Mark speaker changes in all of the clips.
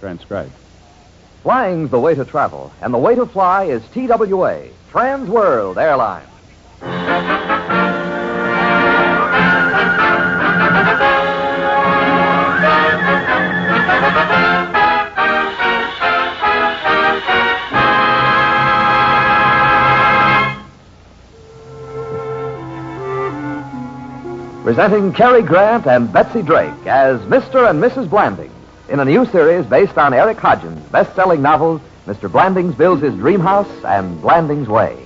Speaker 1: Transcribed.
Speaker 2: Flying's the way to travel, and the way to fly is TWA, Trans World Airlines. Presenting Cary Grant and Betsy Drake as Mr. and Mrs. Blanding in a new series based on Eric Hodgins' best-selling novels Mr. Blandings Builds His Dream House and Blandings Way.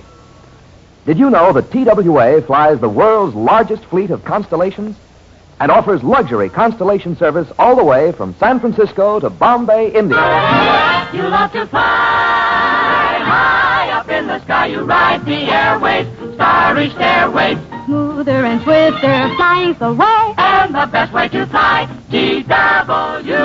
Speaker 2: Did you know that TWA flies the world's largest fleet of Constellations and offers luxury Constellation service all the way from San Francisco to Bombay, India?
Speaker 3: You love to fly high up in the sky. You ride the airways, starry stairways,
Speaker 4: Smoother and swifter, flying's the way.
Speaker 3: and the best way to fly, DWA.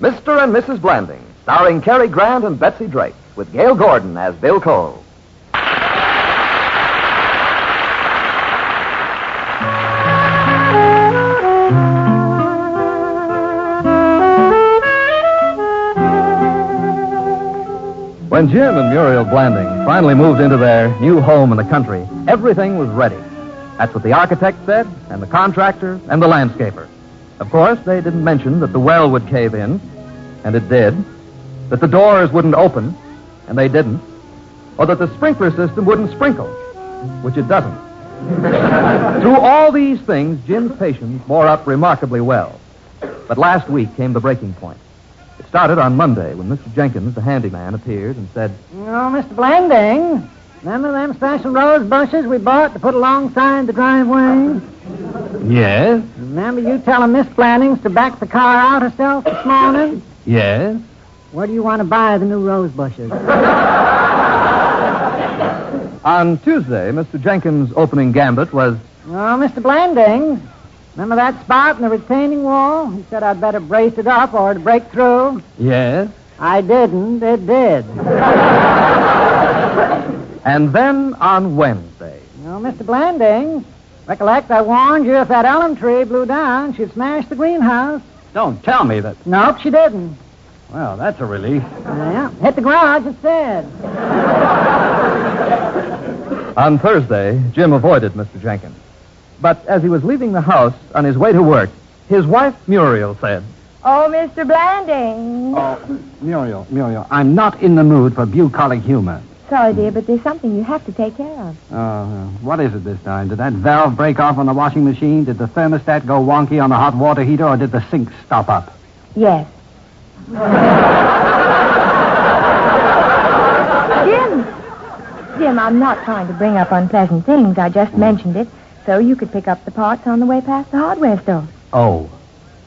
Speaker 2: Mr. and Mrs. Blanding, starring Cary Grant and Betsy Drake, with Gail Gordon as Bill Cole. When Jim and Muriel Blanding finally moved into their new home in the country, everything was ready. That's what the architect said, and the contractor, and the landscaper. Of course, they didn't mention that the well would cave in, and it did, that the doors wouldn't open, and they didn't, or that the sprinkler system wouldn't sprinkle, which it doesn't. Through all these things, Jim's patience bore up remarkably well. But last week came the breaking point. It started on Monday when Mr. Jenkins, the handyman, appeared and said,
Speaker 5: You know, Mr. Blanding, remember them special rose bushes we bought to put alongside the driveway?
Speaker 1: Yes,
Speaker 5: Remember you telling Miss Blandings to back the car out herself this morning?
Speaker 1: yes.
Speaker 5: Where do you want to buy the new rose bushes?
Speaker 2: On Tuesday, Mr. Jenkins' opening gambit was,
Speaker 5: Oh, Mr. Blanding, remember that spot in the retaining wall? He said I'd better brace it up or it'd break through.
Speaker 1: Yes.
Speaker 5: I didn't. It did.
Speaker 2: and then on Wednesday.
Speaker 5: No, Mr. Blanding, recollect I warned you if that elm tree blew down, she'd smash the greenhouse.
Speaker 1: Don't tell me that.
Speaker 5: Nope, she didn't.
Speaker 1: Well, that's a relief.
Speaker 5: Yeah, hit the garage instead.
Speaker 2: On Thursday, Jim avoided Mr. Jenkins. But as he was leaving the house on his way to work, his wife, Muriel, said,
Speaker 4: Oh, Mr. Blanding.
Speaker 1: Oh, Muriel, Muriel, I'm not in the mood for bucolic humor.
Speaker 4: Sorry, dear, but there's something you have to take care of.
Speaker 1: Oh, uh, what is it this time? Did that valve break off on the washing machine? Did the thermostat go wonky on the hot water heater, or did the sink stop up?
Speaker 4: Yes. Jim! Jim, I'm not trying to bring up unpleasant things. I just mentioned it so you could pick up the parts on the way past the hardware store.
Speaker 1: Oh.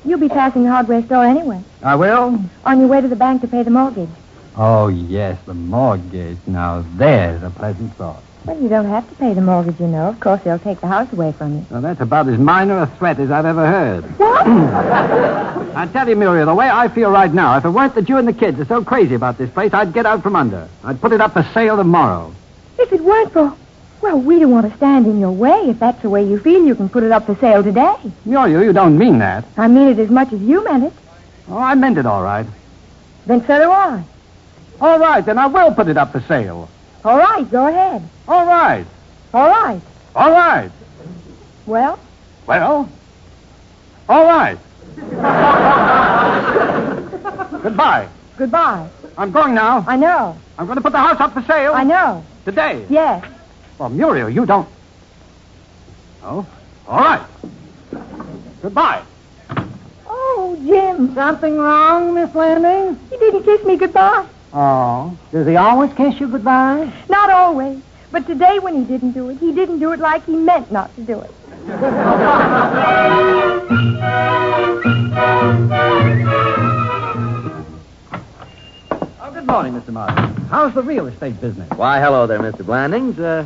Speaker 4: You'll be passing the hardware store anyway,
Speaker 1: I will?
Speaker 4: on your way to the bank to pay the mortgage.
Speaker 1: Oh, yes, the mortgage. Now, there's a pleasant thought.
Speaker 4: Well, you don't have to pay the mortgage, you know. Of course, they'll take the house away from you.
Speaker 1: Well, that's about as minor a threat as I've ever heard.
Speaker 4: What?
Speaker 1: I tell you, Muriel, the way I feel right now, if it weren't that you and the kids are so crazy about this place, I'd get out from under. I'd put it up for sale tomorrow.
Speaker 4: if it weren't for... Well, we don't want to stand in your way. If that's the way you feel, you can put it up for sale today.
Speaker 1: Muriel, you don't mean that.
Speaker 4: I mean it as much as you meant it.
Speaker 1: Oh, I meant it all right.
Speaker 4: Then so do I.
Speaker 1: All right, then I will put it up for sale.
Speaker 4: All right, go ahead.
Speaker 1: All right.
Speaker 4: All right.
Speaker 1: All right.
Speaker 4: Well,
Speaker 1: Well, all right. Goodbye.
Speaker 4: goodbye.
Speaker 1: I'm going now.
Speaker 4: I know.
Speaker 1: I'm going to put the house up for sale
Speaker 4: I know.
Speaker 1: today.
Speaker 4: Yes.
Speaker 1: Well, Muriel, you don't. Oh, all right. Goodbye.
Speaker 4: Oh, Jim,
Speaker 5: Something wrong, Miss Landing?
Speaker 4: he didn't kiss me goodbye.
Speaker 5: Oh. Does he always kiss you goodbye?
Speaker 4: Not always. But today when he didn't do it, he didn't do it like he meant not to do it.
Speaker 1: Oh, good morning, Mr. Martin. How's the real estate business?
Speaker 2: Why, hello there, Mr. Blandings. Uh,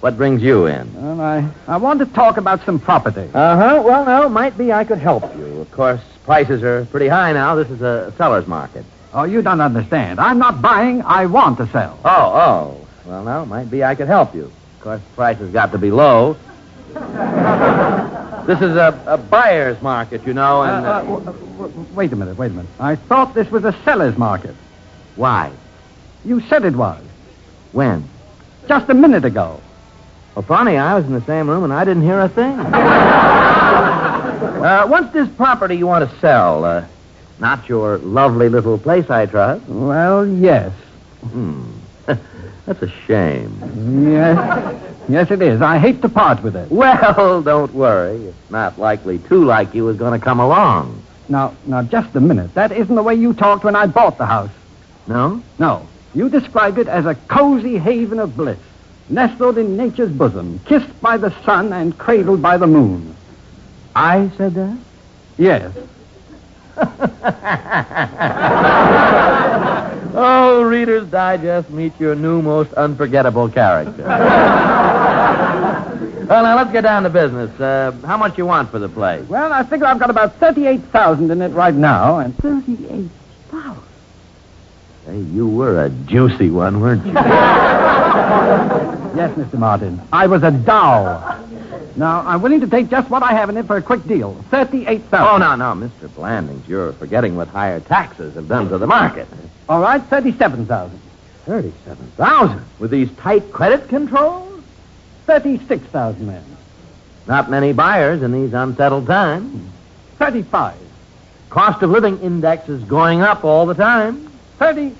Speaker 2: what brings you in?
Speaker 1: Well, I, I want to talk about some property.
Speaker 2: Uh huh. Well, no, might be I could help you. Of course, prices are pretty high now. This is a seller's market.
Speaker 1: Oh, you don't understand. I'm not buying. I want to sell.
Speaker 2: Oh, oh. Well, no, might be I could help you. Of course, the price has got to be low. this is a, a buyer's market, you know,
Speaker 1: Uh,
Speaker 2: and.
Speaker 1: uh, w- w- wait a minute, wait a minute. I thought this was a seller's market.
Speaker 2: why?
Speaker 1: You said it was
Speaker 2: When?
Speaker 1: just a minute ago.
Speaker 2: Well, funny, I was in the same room and I didn't hear a thing. uh, what's this property you want to sell? Uh, not your lovely little place, I trust.
Speaker 1: Well, yes.
Speaker 2: Hmm. That's a shame.
Speaker 1: Yes. yes, it is. I hate to part with it.
Speaker 2: Well, don't worry. It's not likely two like you is going to come along.
Speaker 1: Now, now, just a minute. That isn't the way you talked when I bought the house.
Speaker 2: No?
Speaker 1: No. You described it as a cozy haven of bliss, nestled in nature's bosom, kissed by the sun and cradled by the moon.
Speaker 2: I said that?
Speaker 1: Yes.
Speaker 2: Oh, Reader's Digest, meet your new most unforgettable character. well, now, let's get down to business. Uh, how much you want for the place?
Speaker 1: Well, I figure I've got about 38,000 in it right now, and... 38?
Speaker 2: Hey, you were a juicy one, weren't you?
Speaker 1: Yes, Mr. Martin. I was a dow. Now, I'm willing to take just what I have in it for a quick deal. 38,000.
Speaker 2: oh, no, no, Mr. Blandings, you're forgetting what higher taxes have done to the market.
Speaker 1: All right, 37,000.
Speaker 2: 37,000 with these tight credit controls?
Speaker 1: 36,000 then.
Speaker 2: Not many buyers in these unsettled times.
Speaker 1: 35.
Speaker 2: Cost of living index is going up all the time.
Speaker 1: 30.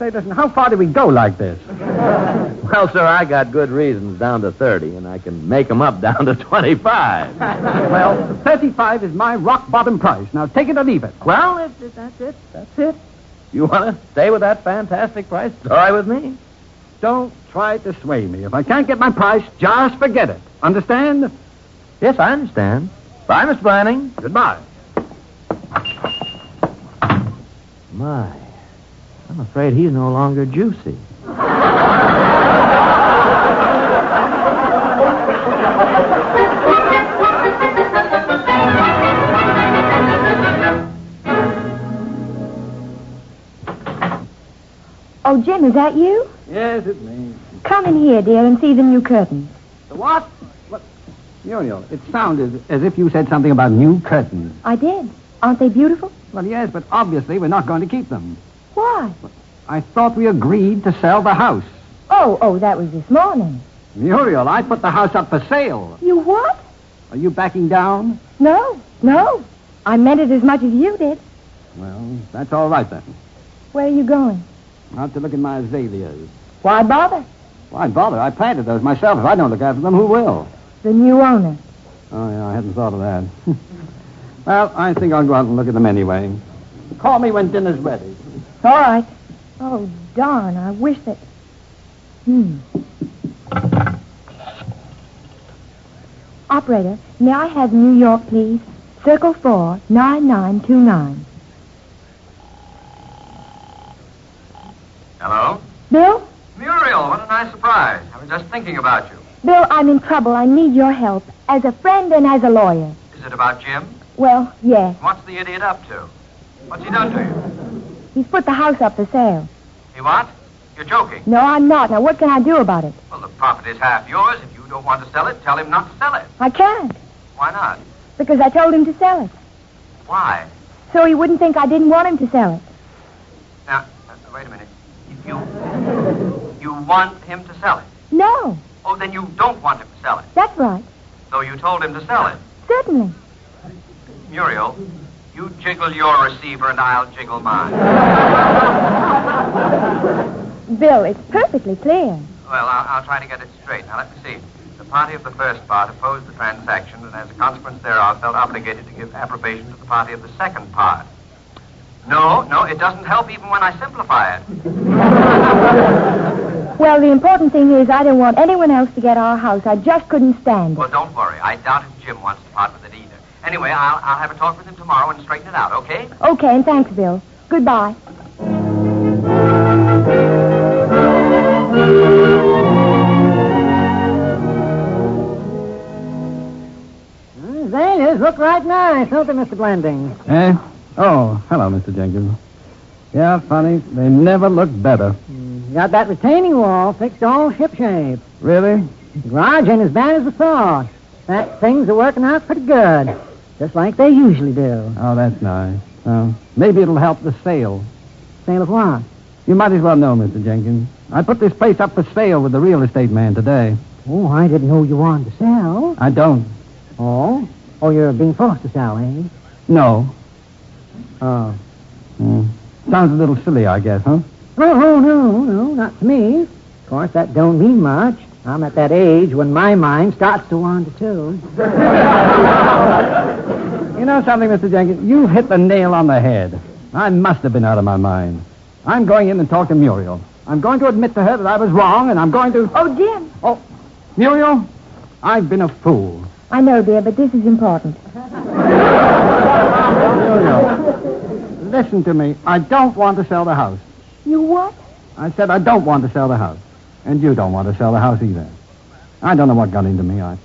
Speaker 1: Say, listen, how far do we go like this?
Speaker 2: Well, sir, I got good reasons down to 30, and I can make 'em up down to 25.
Speaker 1: Well, 35 is my rock bottom price. Now take it or leave it.
Speaker 2: well, it, it- that's it. That's it. You want to stay with that fantastic price? Sorry with me.
Speaker 1: Don't try to sway me. If I can't get my price, just forget it. Understand?
Speaker 2: Yes, I understand. Bye, Mr. Blandings.
Speaker 1: Goodbye.
Speaker 2: My, I'm afraid he's no longer juicy.
Speaker 4: Oh, Jim, is that you?
Speaker 1: Yes, it's me.
Speaker 4: Come in here, dear, and see the new curtains.
Speaker 1: The what? What? Muriel, it sounded as if you said something about new curtains.
Speaker 4: I did. Aren't they beautiful?
Speaker 1: Well, yes, but obviously we're not going to keep them.
Speaker 4: Why?
Speaker 1: I thought we agreed to sell the house.
Speaker 4: Oh, oh, that was this morning.
Speaker 1: Muriel, I put the house up for sale.
Speaker 4: You what?
Speaker 1: Are you backing down?
Speaker 4: No, no. I meant it as much as you did.
Speaker 1: Well, that's all right then.
Speaker 4: Where are you going?
Speaker 1: I'll have to look at my azaleas.
Speaker 4: Why bother?
Speaker 1: Why bother? I planted those myself. If I don't look after them, who will?
Speaker 4: The new owner.
Speaker 1: Oh, yeah, I hadn't thought of that. well, I think I'll go out and look at them anyway. Call me when dinner's ready.
Speaker 4: All right. Oh, darn, I wish that... Hmm. Operator, may I have New York, please? Circle 4, 9929.
Speaker 6: Hello?
Speaker 4: Bill?
Speaker 6: Muriel, what a nice surprise. I was just thinking about you.
Speaker 4: Bill, I'm in trouble. I need your help. As a friend and as a lawyer.
Speaker 6: Is it about Jim?
Speaker 4: Well, yes.
Speaker 6: What's the idiot up to? What's he done to you?
Speaker 4: He's put the house up for sale.
Speaker 6: He what? You're joking.
Speaker 4: No, I'm not. Now, what can I do about it?
Speaker 6: Well, the property's half yours. If you don't want to sell it, tell him not to sell it.
Speaker 4: I can't,
Speaker 6: Why not?
Speaker 4: because I told him to sell it.
Speaker 6: Why?
Speaker 4: So he wouldn't think I didn't want him to sell it.
Speaker 6: Now, uh, wait a minute. You, you want him to sell it.
Speaker 4: No,
Speaker 6: Oh, then you don't want him to sell it.
Speaker 4: that's right.
Speaker 6: So you told him to sell it.
Speaker 4: Certainly.
Speaker 6: Muriel, you jiggle your receiver and I'll jiggle mine.
Speaker 4: Bill, it's perfectly clear.
Speaker 6: Well, I'll, I'll try to get it straight. Now, let me see. The party of the first part opposed the transaction and, as a consequence thereof, felt obligated to give approbation to the party of the second part. No, no, it doesn't help even when I simplify it.
Speaker 4: Well, the important thing is I don't want anyone else to get our house. I just couldn't stand it.
Speaker 2: Well, don't worry. I doubt if Jim wants to part with it either. Anyway, I'll, I'll have a talk with him tomorrow and straighten it out, okay?
Speaker 4: Okay, and thanks, Bill. Goodbye.
Speaker 5: Hmm, They just look right nice, don't they, Mr. Blanding?
Speaker 7: Eh? Oh, hello, Mr. Jenkins. Yeah, funny. They never look better.
Speaker 5: Got that retaining wall fixed all shipshape.
Speaker 7: Really?
Speaker 5: The garage ain't as bad as we thought. That things are working out pretty good, just like they usually do.
Speaker 7: Oh, that's nice. Well, maybe it'll help the sale.
Speaker 5: Sale of what?
Speaker 7: You might as well know, Mr. Jenkins. I put this place up for sale with the real estate man today.
Speaker 5: Oh, I didn't know you wanted to sell.
Speaker 7: I don't.
Speaker 5: Oh? Oh, you're being forced to sell, eh?
Speaker 7: No. Ah.
Speaker 5: Oh.
Speaker 7: Hmm. Sounds a little silly, I guess, huh?
Speaker 5: No, no, Oh, no, no, not to me. Of course, that don't mean much. I'm at that age when my mind starts to wander, too.
Speaker 7: You know something, Mr. Jenkins? You've hit the nail on the head. I must have been out of my mind. I'm going in and talk to Muriel. I'm going to admit to her that I was wrong, and I'm going to.
Speaker 4: Oh, Jim.
Speaker 7: Oh, Muriel, I've been a fool.
Speaker 4: I know, dear, but this is important.
Speaker 7: Listen to me. I don't want to sell the house.
Speaker 4: You what?
Speaker 7: I said I don't want to sell the house. And you don't want to sell the house either. I don't know what got into me. I.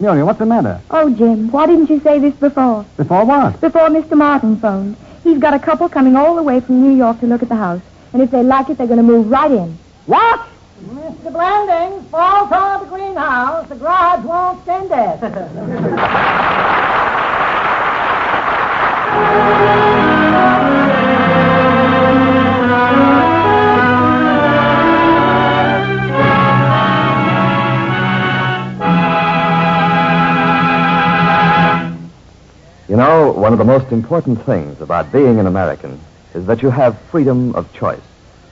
Speaker 7: Muriel, what's the matter?
Speaker 4: Oh, Jim, why didn't you say this before?
Speaker 7: Before what?
Speaker 4: Before Mr. Martin phoned. He's got a couple coming all the way from New York to look at the house. And if they like it, they're going to move right in.
Speaker 5: What? Mr. Blanding, fall toward the greenhouse. The garage won't stand it.
Speaker 1: You know, one of the most important things about being an American is that you have freedom of choice.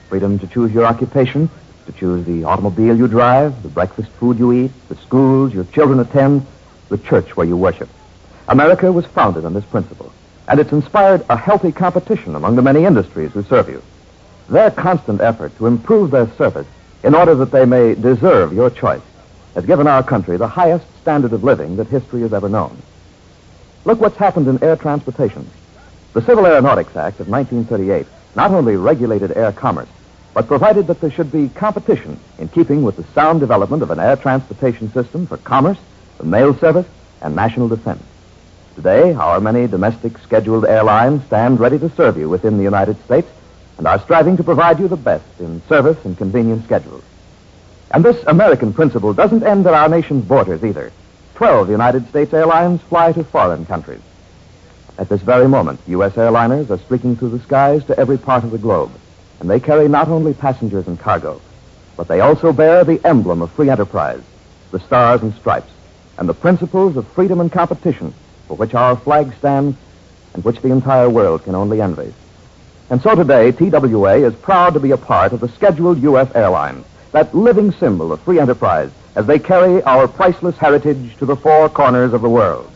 Speaker 1: Freedom to choose your occupation, to choose the automobile you drive, the breakfast food you eat, the schools your children attend, the church where you worship. America was founded on this principle, and it's inspired a healthy competition among the many industries who serve you. Their constant effort to improve their service in order that they may deserve your choice has given our country the highest standard of living that history has ever known. Look what's happened in air transportation. The Civil Aeronautics Act of 1938 not only regulated air commerce, but provided that there should be competition in keeping with the sound development of an air transportation system for commerce, the mail service, and national defense. Today, our many domestic scheduled airlines stand ready to serve you within the United States and are striving to provide you the best in service and convenience schedules. And this American principle doesn't end at our nation's borders either. Twelve United States airlines fly to foreign countries. At this very moment, U.S. airliners are streaking through the skies to every part of the globe, and they carry not only passengers and cargo, but they also bear the emblem of free enterprise, the stars and stripes, and the principles of freedom and competition for which our flag stands and which the entire world can only envy. And so today, TWA is proud to be a part of the scheduled U.S. airlines, that living symbol of free enterprise, as they carry our priceless heritage to the four corners of the world.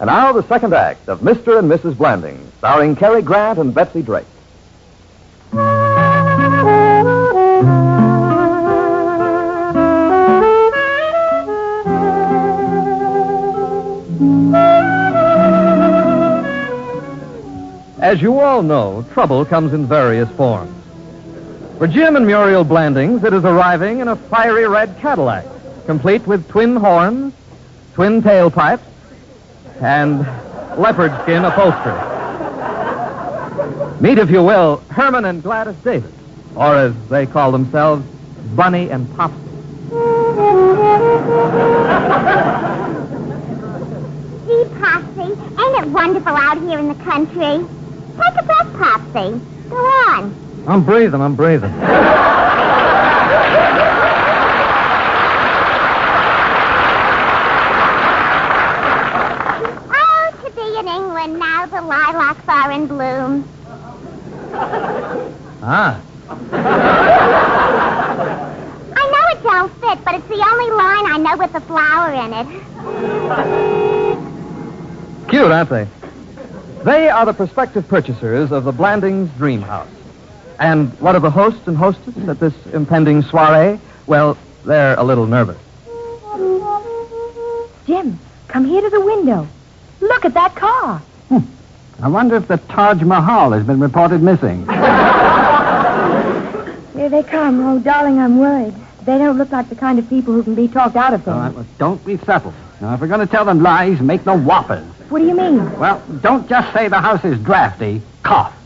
Speaker 1: And now the second act of Mr. and Mrs. Blanding, starring Cary Grant and Betsy Drake. As you all know, trouble comes in various forms. For Jim and Muriel Blandings, it is arriving in a fiery red Cadillac, complete with twin horns, twin tailpipes, and leopard skin upholstery. Meet, if you will, Herman and Gladys Davis, or as they call themselves, Bunny and Popsy.
Speaker 8: Gee, Popsy, ain't it wonderful out here in the country? Take a breath, Popsy. Go on.
Speaker 7: I'm breathing, I'm breathing.
Speaker 8: Oh, to be in England now the lilacs are in bloom.
Speaker 7: Ah,
Speaker 8: I know it don't fit, but it's the only line I know with the flower in it.
Speaker 2: Cute, aren't they? They are the prospective purchasers of the Blandings Dream House. And what of the host and hostess at this impending soiree? Well, they're a little nervous.
Speaker 4: Jim, come here to the window. Look at that car.
Speaker 1: I wonder if the Taj Mahal has been reported missing.
Speaker 4: Here they come. Oh, darling, I'm worried. They don't look like the kind of people who can be talked out of things.
Speaker 1: All right, well, don't be subtle. Now, if we're going to tell them lies, make no whoppers.
Speaker 4: What do you mean?
Speaker 1: Well, don't just say the house is drafty. Cough.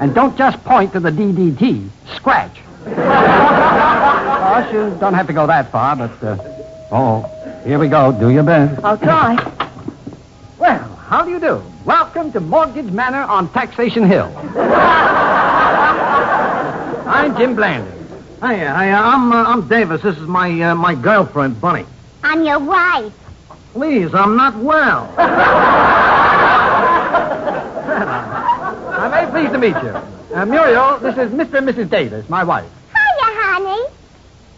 Speaker 1: And don't just point to the DDT. Scratch. of course, you don't have to go that far, but, uh, oh, here we go. Do your best.
Speaker 4: I'll try.
Speaker 1: Well, how do you do? Welcome to Mortgage Manor on Taxation Hill. I'm Jim Blanding.
Speaker 2: Hey, hey, I'm uh, I'm Davis. This is my uh, my girlfriend, Bunny.
Speaker 8: I'm your wife.
Speaker 2: Please, I'm not well.
Speaker 1: I'm very pleased to meet you. Uh, Muriel, this is Mr. and Mrs. Davis, my wife.
Speaker 8: Hiya, honey.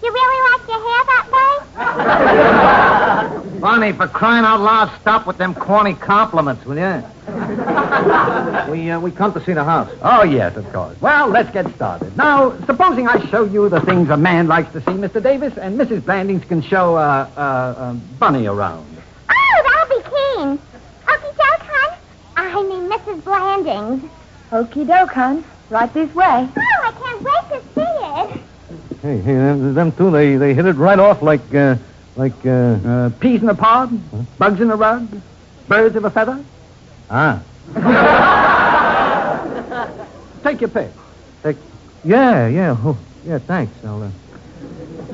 Speaker 8: You really like your hair that way?
Speaker 2: Bunny, for crying out loud, stop with them corny compliments, will you? we uh, we come to see the house.
Speaker 1: Oh, yes, of course. Well, let's get started. Now, supposing I show you the things a man likes to see, Mr. Davis, and Mrs. Blandings can show uh, uh, uh, Bunny around.
Speaker 8: Oh, that'll be keen. Okey doke, hon. I mean, Mrs. Blandings.
Speaker 4: Okey doke, hon. Right this way.
Speaker 8: Oh, I can't wait to see it.
Speaker 2: Hey, hey, them, them two, they, they hit it right off like, uh, like, uh,
Speaker 1: Uh, peas in a pod, bugs in a rug, birds of a feather.
Speaker 2: ah,
Speaker 1: Take your pick.
Speaker 2: like, yeah, yeah, oh, yeah, thanks, I'll, uh...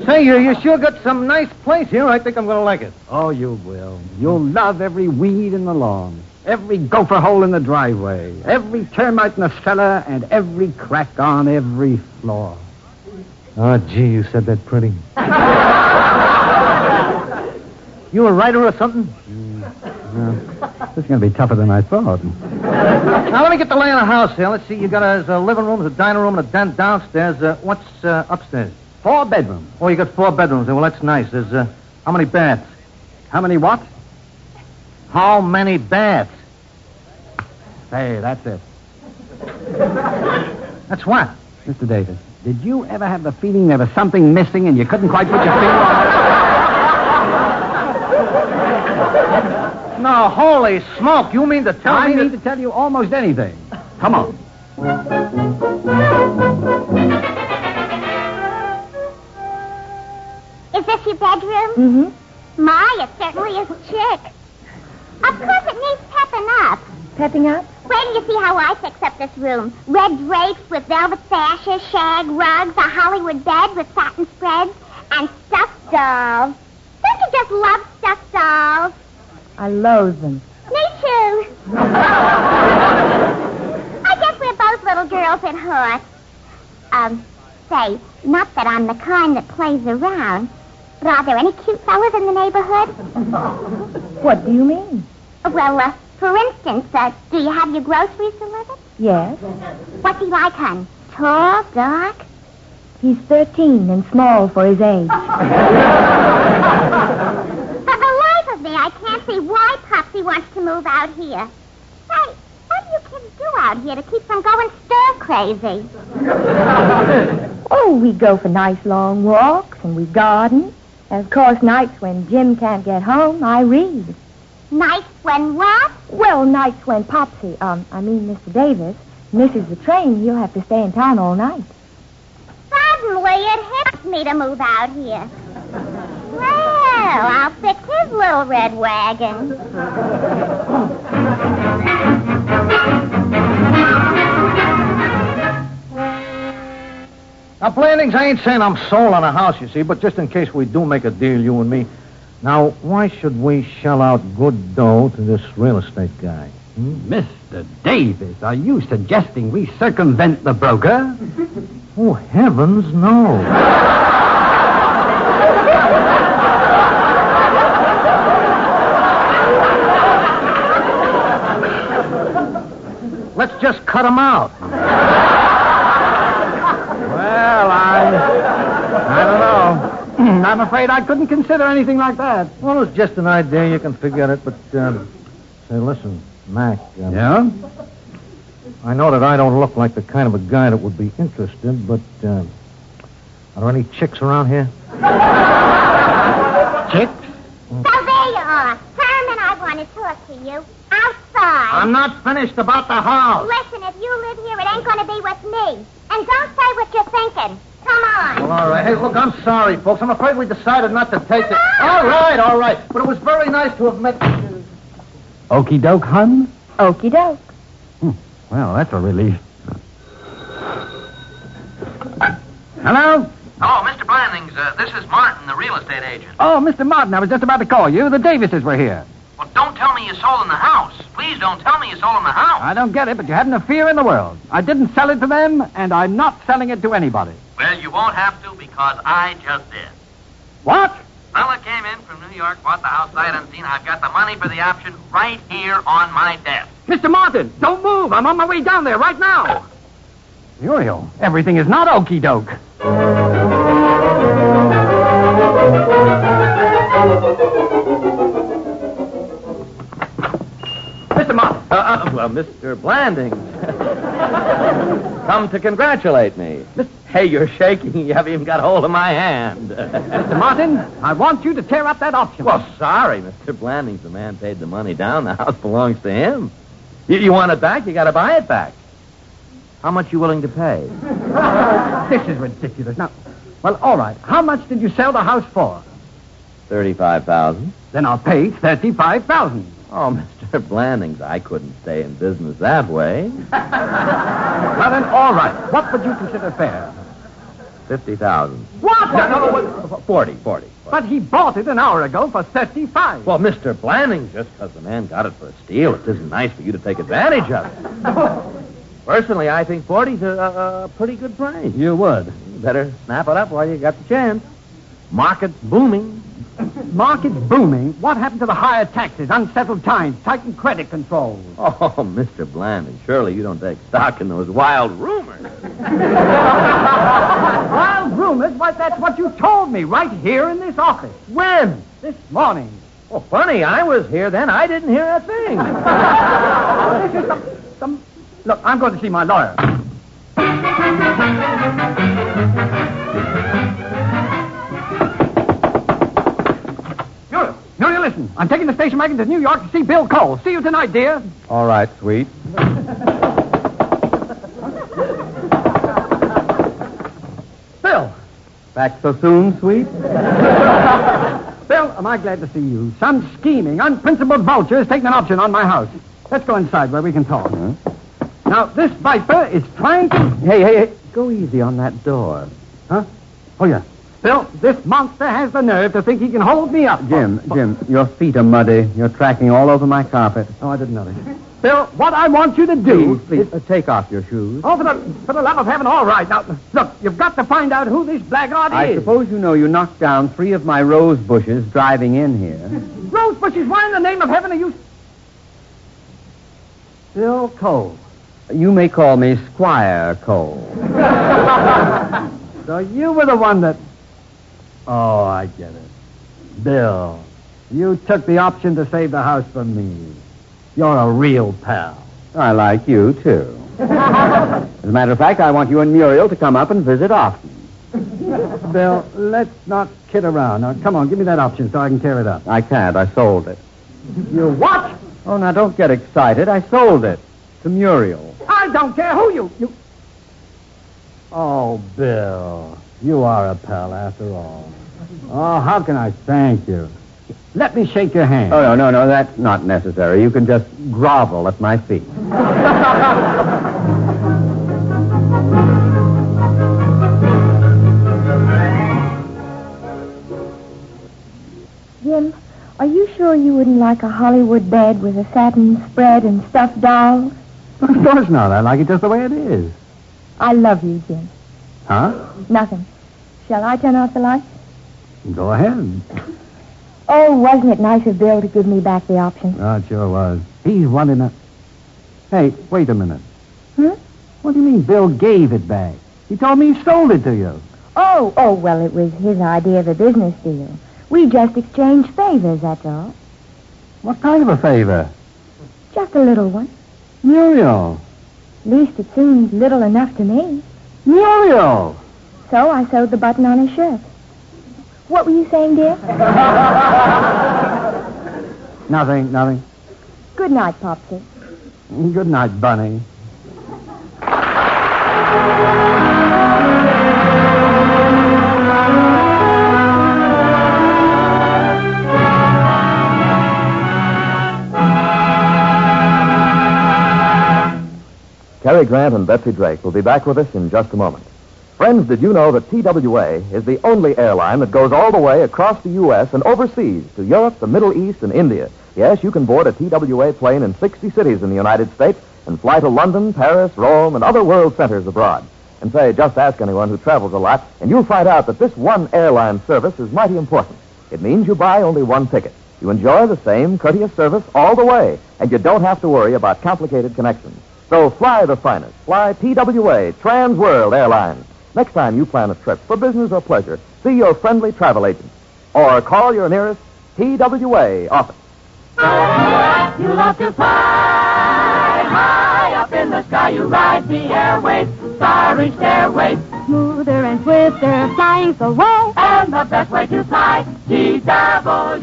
Speaker 2: Say, you, you sure got some nice place here. I think I'm going to like it.
Speaker 1: Oh, you will. You'll love every weed in the lawn, every gopher hole in the driveway, every termite in the cellar, and every crack on every floor.
Speaker 2: Oh, gee, you said that pretty. you a writer or something?
Speaker 1: Hmm. This is going to be tougher than I thought.
Speaker 2: Now, let me get the lay of the house here. Let's see, you got a, a living room, there's a dining room, and a den downstairs. Uh, what's uh, upstairs?
Speaker 1: Four bedrooms.
Speaker 2: Oh, you got four bedrooms. Well, that's nice. There's, uh, how many baths?
Speaker 1: How many what?
Speaker 2: How many baths?
Speaker 1: Hey, that's it.
Speaker 2: That's what?
Speaker 1: Mr. Davis, did you ever have the feeling there was something missing and you couldn't quite put your finger on it?
Speaker 2: No, holy smoke. You mean to tell
Speaker 1: I
Speaker 2: me
Speaker 1: need to tell you almost anything. Come on.
Speaker 8: Is this your bedroom?
Speaker 4: Mm-hmm.
Speaker 8: My, it certainly is chic. Of course, it needs pepping up.
Speaker 4: Pepping up?
Speaker 8: Wait till you see how I fix up this room. Red drapes with velvet fascia, shag rugs, a Hollywood bed with satin spreads, and stuffed dolls. Don't you just love stuffed dolls?
Speaker 4: I loathe them.
Speaker 8: Me too. I guess we're both little girls at heart. Um, say, not that I'm the kind that plays around, but are there any cute fellas in the neighborhood?
Speaker 4: What do you mean?
Speaker 8: Well, uh, for instance, uh, do you have your groceries delivered?
Speaker 4: Yes.
Speaker 8: What's he like, hon? Tall, dark?
Speaker 4: He's 13 and small for his age.
Speaker 8: For the life of me, I can't see why Popsy wants to move out here. Hey, what do you kids do out here to keep from going stir crazy?
Speaker 4: Oh, we go for nice long walks and we garden. And of course, nights when Jim can't get home, I read.
Speaker 8: Nice when what?
Speaker 4: Well, nights when Popsy, um, I mean Mr. Davis, misses the train, he'll have to stay in town all night.
Speaker 8: Suddenly it hits me to move out here. Well, I'll fix his little red wagon.
Speaker 2: Now, Blandings, I ain't saying I'm sold on a house, you see, but just in case we do make a deal, you and me. Now, why should we shell out good dough to this real estate guy? Hmm?
Speaker 1: Mr. Davis, are you suggesting we circumvent the broker?
Speaker 2: Oh, heavens, no. Let's just cut him out.
Speaker 1: Well, I. I don't know. didn't. I'm afraid I couldn't consider anything like that.
Speaker 5: Well, it's just an idea. You can forget it, but, um, say, listen, Mac. Um,
Speaker 1: Yeah?
Speaker 5: I know that I don't look like the kind of a guy that would be interested, but, um, are there any chicks around here?
Speaker 1: Chicks?
Speaker 8: So there you are. Herman, I want to talk to you. Outside.
Speaker 9: I'm not finished about the house.
Speaker 8: Listen, if you live here, it ain't going to be with me. And don't say what you're thinking. Come on.
Speaker 5: Well, all right. Hey, look, I'm sorry, folks. I'm afraid we decided not to take it. All right, all right. But it was very nice to have met you.
Speaker 1: Okey doke, hun? Hmm,
Speaker 4: Okey doke.
Speaker 1: Well, that's a relief. Hello?
Speaker 2: Hello, Mr. Blandings. Uh, this is Martin, the real estate agent.
Speaker 1: Oh, Mr. Martin, I was just about to call you. The Davises were here.
Speaker 2: Well, don't tell me you sold in the house. Please don't tell me you sold in the house.
Speaker 1: I don't get it, but you haven't a fear in the world. I didn't sell it to them, and I'm not selling it to anybody.
Speaker 2: Well, you won't have to because I just did.
Speaker 1: What?
Speaker 2: Fella came in from New York, bought the house sight unseen. I've got the money for the option right here on my desk.
Speaker 1: Mr. Martin, don't move. I'm on my way down there right now. Muriel, everything is not okey doke.
Speaker 5: Mr. Martin. Uh, uh, well, Mr. Blandings. Come to congratulate me. Hey, you're shaking. You haven't even got hold of my hand.
Speaker 1: Mr. Martin, I want you to tear up that option.
Speaker 5: Well, sorry, Mr. Blandings. The man paid the money down. The house belongs to him. You, you want it back? You got to buy it back. How much you willing to pay?
Speaker 1: this is ridiculous. Now, well, all right. How much did you sell the house for?
Speaker 5: Thirty-five thousand.
Speaker 1: Then I'll pay thirty-five thousand.
Speaker 5: Oh, Mr. Blandings, I couldn't stay in business that way.
Speaker 1: Well, then, all right. What would you consider fair?
Speaker 5: Fifty thousand.
Speaker 1: What?
Speaker 5: No, no, no, what- forty, forty.
Speaker 1: But he bought it an hour ago for thirty-five.
Speaker 5: Well, Mr. Blandings, just because the man got it for a steal, it isn't nice for you to take advantage of it. Personally, I think 40's a, a, a pretty good price. You would. Better snap it up while you got the chance. Market's booming.
Speaker 1: Market's booming. What happened to the higher taxes, unsettled times, tightened credit controls?
Speaker 5: Oh, Mr. Blandings, surely you don't take stock in those wild rumors.
Speaker 1: Wild rumors? What? That's what you told me right here in this office
Speaker 5: When?
Speaker 1: this morning.
Speaker 5: Well, funny, I was here then. I didn't hear a thing.
Speaker 1: This is some, some. Look, I'm going to see my lawyer. Muriel, Muriel, listen. I'm taking the station wagon to New York to see Bill Cole. See you tonight, dear.
Speaker 5: All right, sweet.
Speaker 1: Bill.
Speaker 5: Back so soon, sweet?
Speaker 1: Bill, am I glad to see you? Some scheming, unprincipled vulture has taken an option on my house. Let's go inside where we can talk.
Speaker 5: Mm-hmm.
Speaker 1: Now, this viper is trying to.
Speaker 5: Hey, hey, hey. Go easy on that door.
Speaker 1: Huh? Oh, yeah. Bill, this monster has the nerve to think he can hold me up.
Speaker 5: Jim, Jim, your feet are muddy. You're tracking all over my carpet.
Speaker 1: Oh, I didn't notice. Bill, what I want you to do.
Speaker 5: Please, please, uh, take off your shoes.
Speaker 1: Oh, for the, for the love of heaven, all right. Now, look, you've got to find out who this blackguard
Speaker 5: I
Speaker 1: is.
Speaker 5: suppose you know you knocked down three of my rose bushes driving in here.
Speaker 1: Rose bushes, why in the name of heaven are you. Bill Cole.
Speaker 5: You may call me Squire Cole.
Speaker 1: So you were the one that. Oh, I get it. Bill, you took the option to save the house for me. You're a real pal.
Speaker 5: I like you, too. As a matter of fact, I want you and Muriel to come up and visit often.
Speaker 1: Bill, let's not kid around. Now, come on, give me that option so I can tear it up.
Speaker 5: I can't. I sold it.
Speaker 1: You what?
Speaker 5: Oh, now don't get excited. I sold it to Muriel.
Speaker 1: I don't care who you. you... Oh, Bill, you are a pal after all. Oh, how can I thank you? Let me shake your hand.
Speaker 5: Oh, no, no, no. That's not necessary. You can just grovel at my feet.
Speaker 4: Jim, are you sure you wouldn't like a Hollywood bed with a satin spread and stuffed dolls?
Speaker 1: Of course not. I like it just the way it is.
Speaker 4: I love you, Jim.
Speaker 1: Huh?
Speaker 4: Nothing. Shall I turn out the lights?
Speaker 1: Go ahead.
Speaker 4: Oh, wasn't it nice of Bill to give me back the option?
Speaker 1: Oh, it sure was. He's one in a. Hey, wait a minute.
Speaker 4: Hmm?
Speaker 1: What do you mean Bill gave it back? He told me he sold it to you.
Speaker 4: Oh, Oh, oh, well, it was his idea of a business deal. We just exchanged favors, that's all.
Speaker 1: What kind of a favor?
Speaker 4: Just a little one.
Speaker 1: Muriel.
Speaker 4: At least it seemed little enough to me.
Speaker 1: Muriel!
Speaker 4: So I sewed the button on his shirt. What were you saying, dear?
Speaker 1: Nothing, nothing.
Speaker 4: Good night, Popsy.
Speaker 1: Good night, Bunny.
Speaker 2: Cary Grant and Betsy Drake will be back with us in just a moment. Friends, did you know that TWA is the only airline that goes all the way across the U.S. and overseas to Europe, the Middle East, and India? Yes, you can board a TWA plane in 60 cities in the United States and fly to London, Paris, Rome, and other world centers abroad. And say, just ask anyone who travels a lot, and you'll find out that this one airline service is mighty important. It means you buy only one ticket. You enjoy the same courteous service all the way, and you don't have to worry about complicated connections. So fly the finest. Fly TWA, Trans World Airlines. Next time you plan a trip for business or pleasure, see your friendly travel agent or call your nearest TWA office.
Speaker 3: You love to fly high up in the sky. You ride the airways, starry stairways.
Speaker 10: Smoother and swifter, flying's the way.
Speaker 3: And the best way to fly, TWA.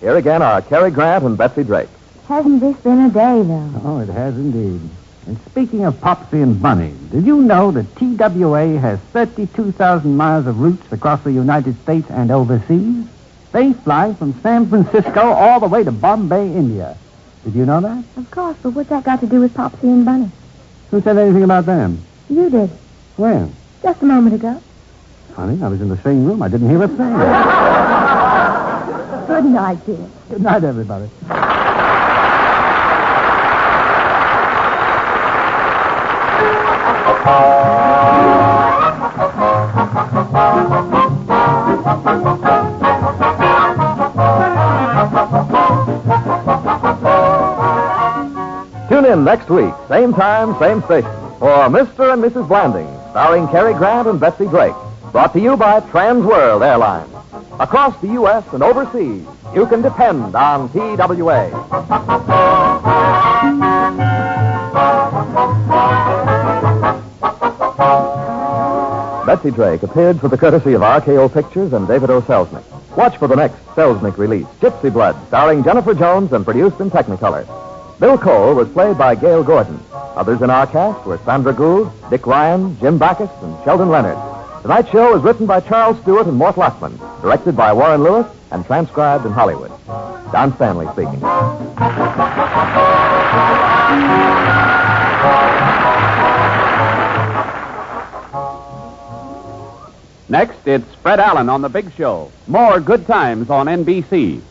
Speaker 2: Here again are Cary Grant and Betsy Drake.
Speaker 4: Hasn't this been a day, though?
Speaker 1: Oh, it has indeed. And speaking of Popsy and Bunny, did you know that TWA has 32,000 miles of routes across the United States and overseas? They fly from San Francisco all the way to Bombay, India. Did you know that?
Speaker 4: Of course, but what's that got to do with Popsy and Bunny?
Speaker 1: Who said anything about them?
Speaker 4: You did,
Speaker 1: When?
Speaker 4: just a moment ago.
Speaker 1: Funny, I was in the same room. I didn't hear a thing.
Speaker 4: Good night, dear.
Speaker 1: Good night, everybody.
Speaker 2: Tune in next week, same time, same station, for Mr. and Mrs. Blanding, starring Cary Grant and Betsy Drake. Brought to you by Trans World Airlines. Across the U.S. and overseas, you can depend on TWA. Betsy Drake appeared for the courtesy of RKO Pictures and David O. Selznick. Watch for the next Selznick release, Gypsy Blood, starring Jennifer Jones and produced in Technicolor. Bill Cole was played by Gail Gordon. Others in our cast were Sandra Gould, Dick Ryan, Jim Backus, and Sheldon Leonard. Tonight's show is written by Charles Stewart and Mort Lockman, directed by Warren Lewis, and transcribed in Hollywood. Don Stanley speaking.
Speaker 11: Next, it's Fred Allen on The Big Show. More good times on NBC.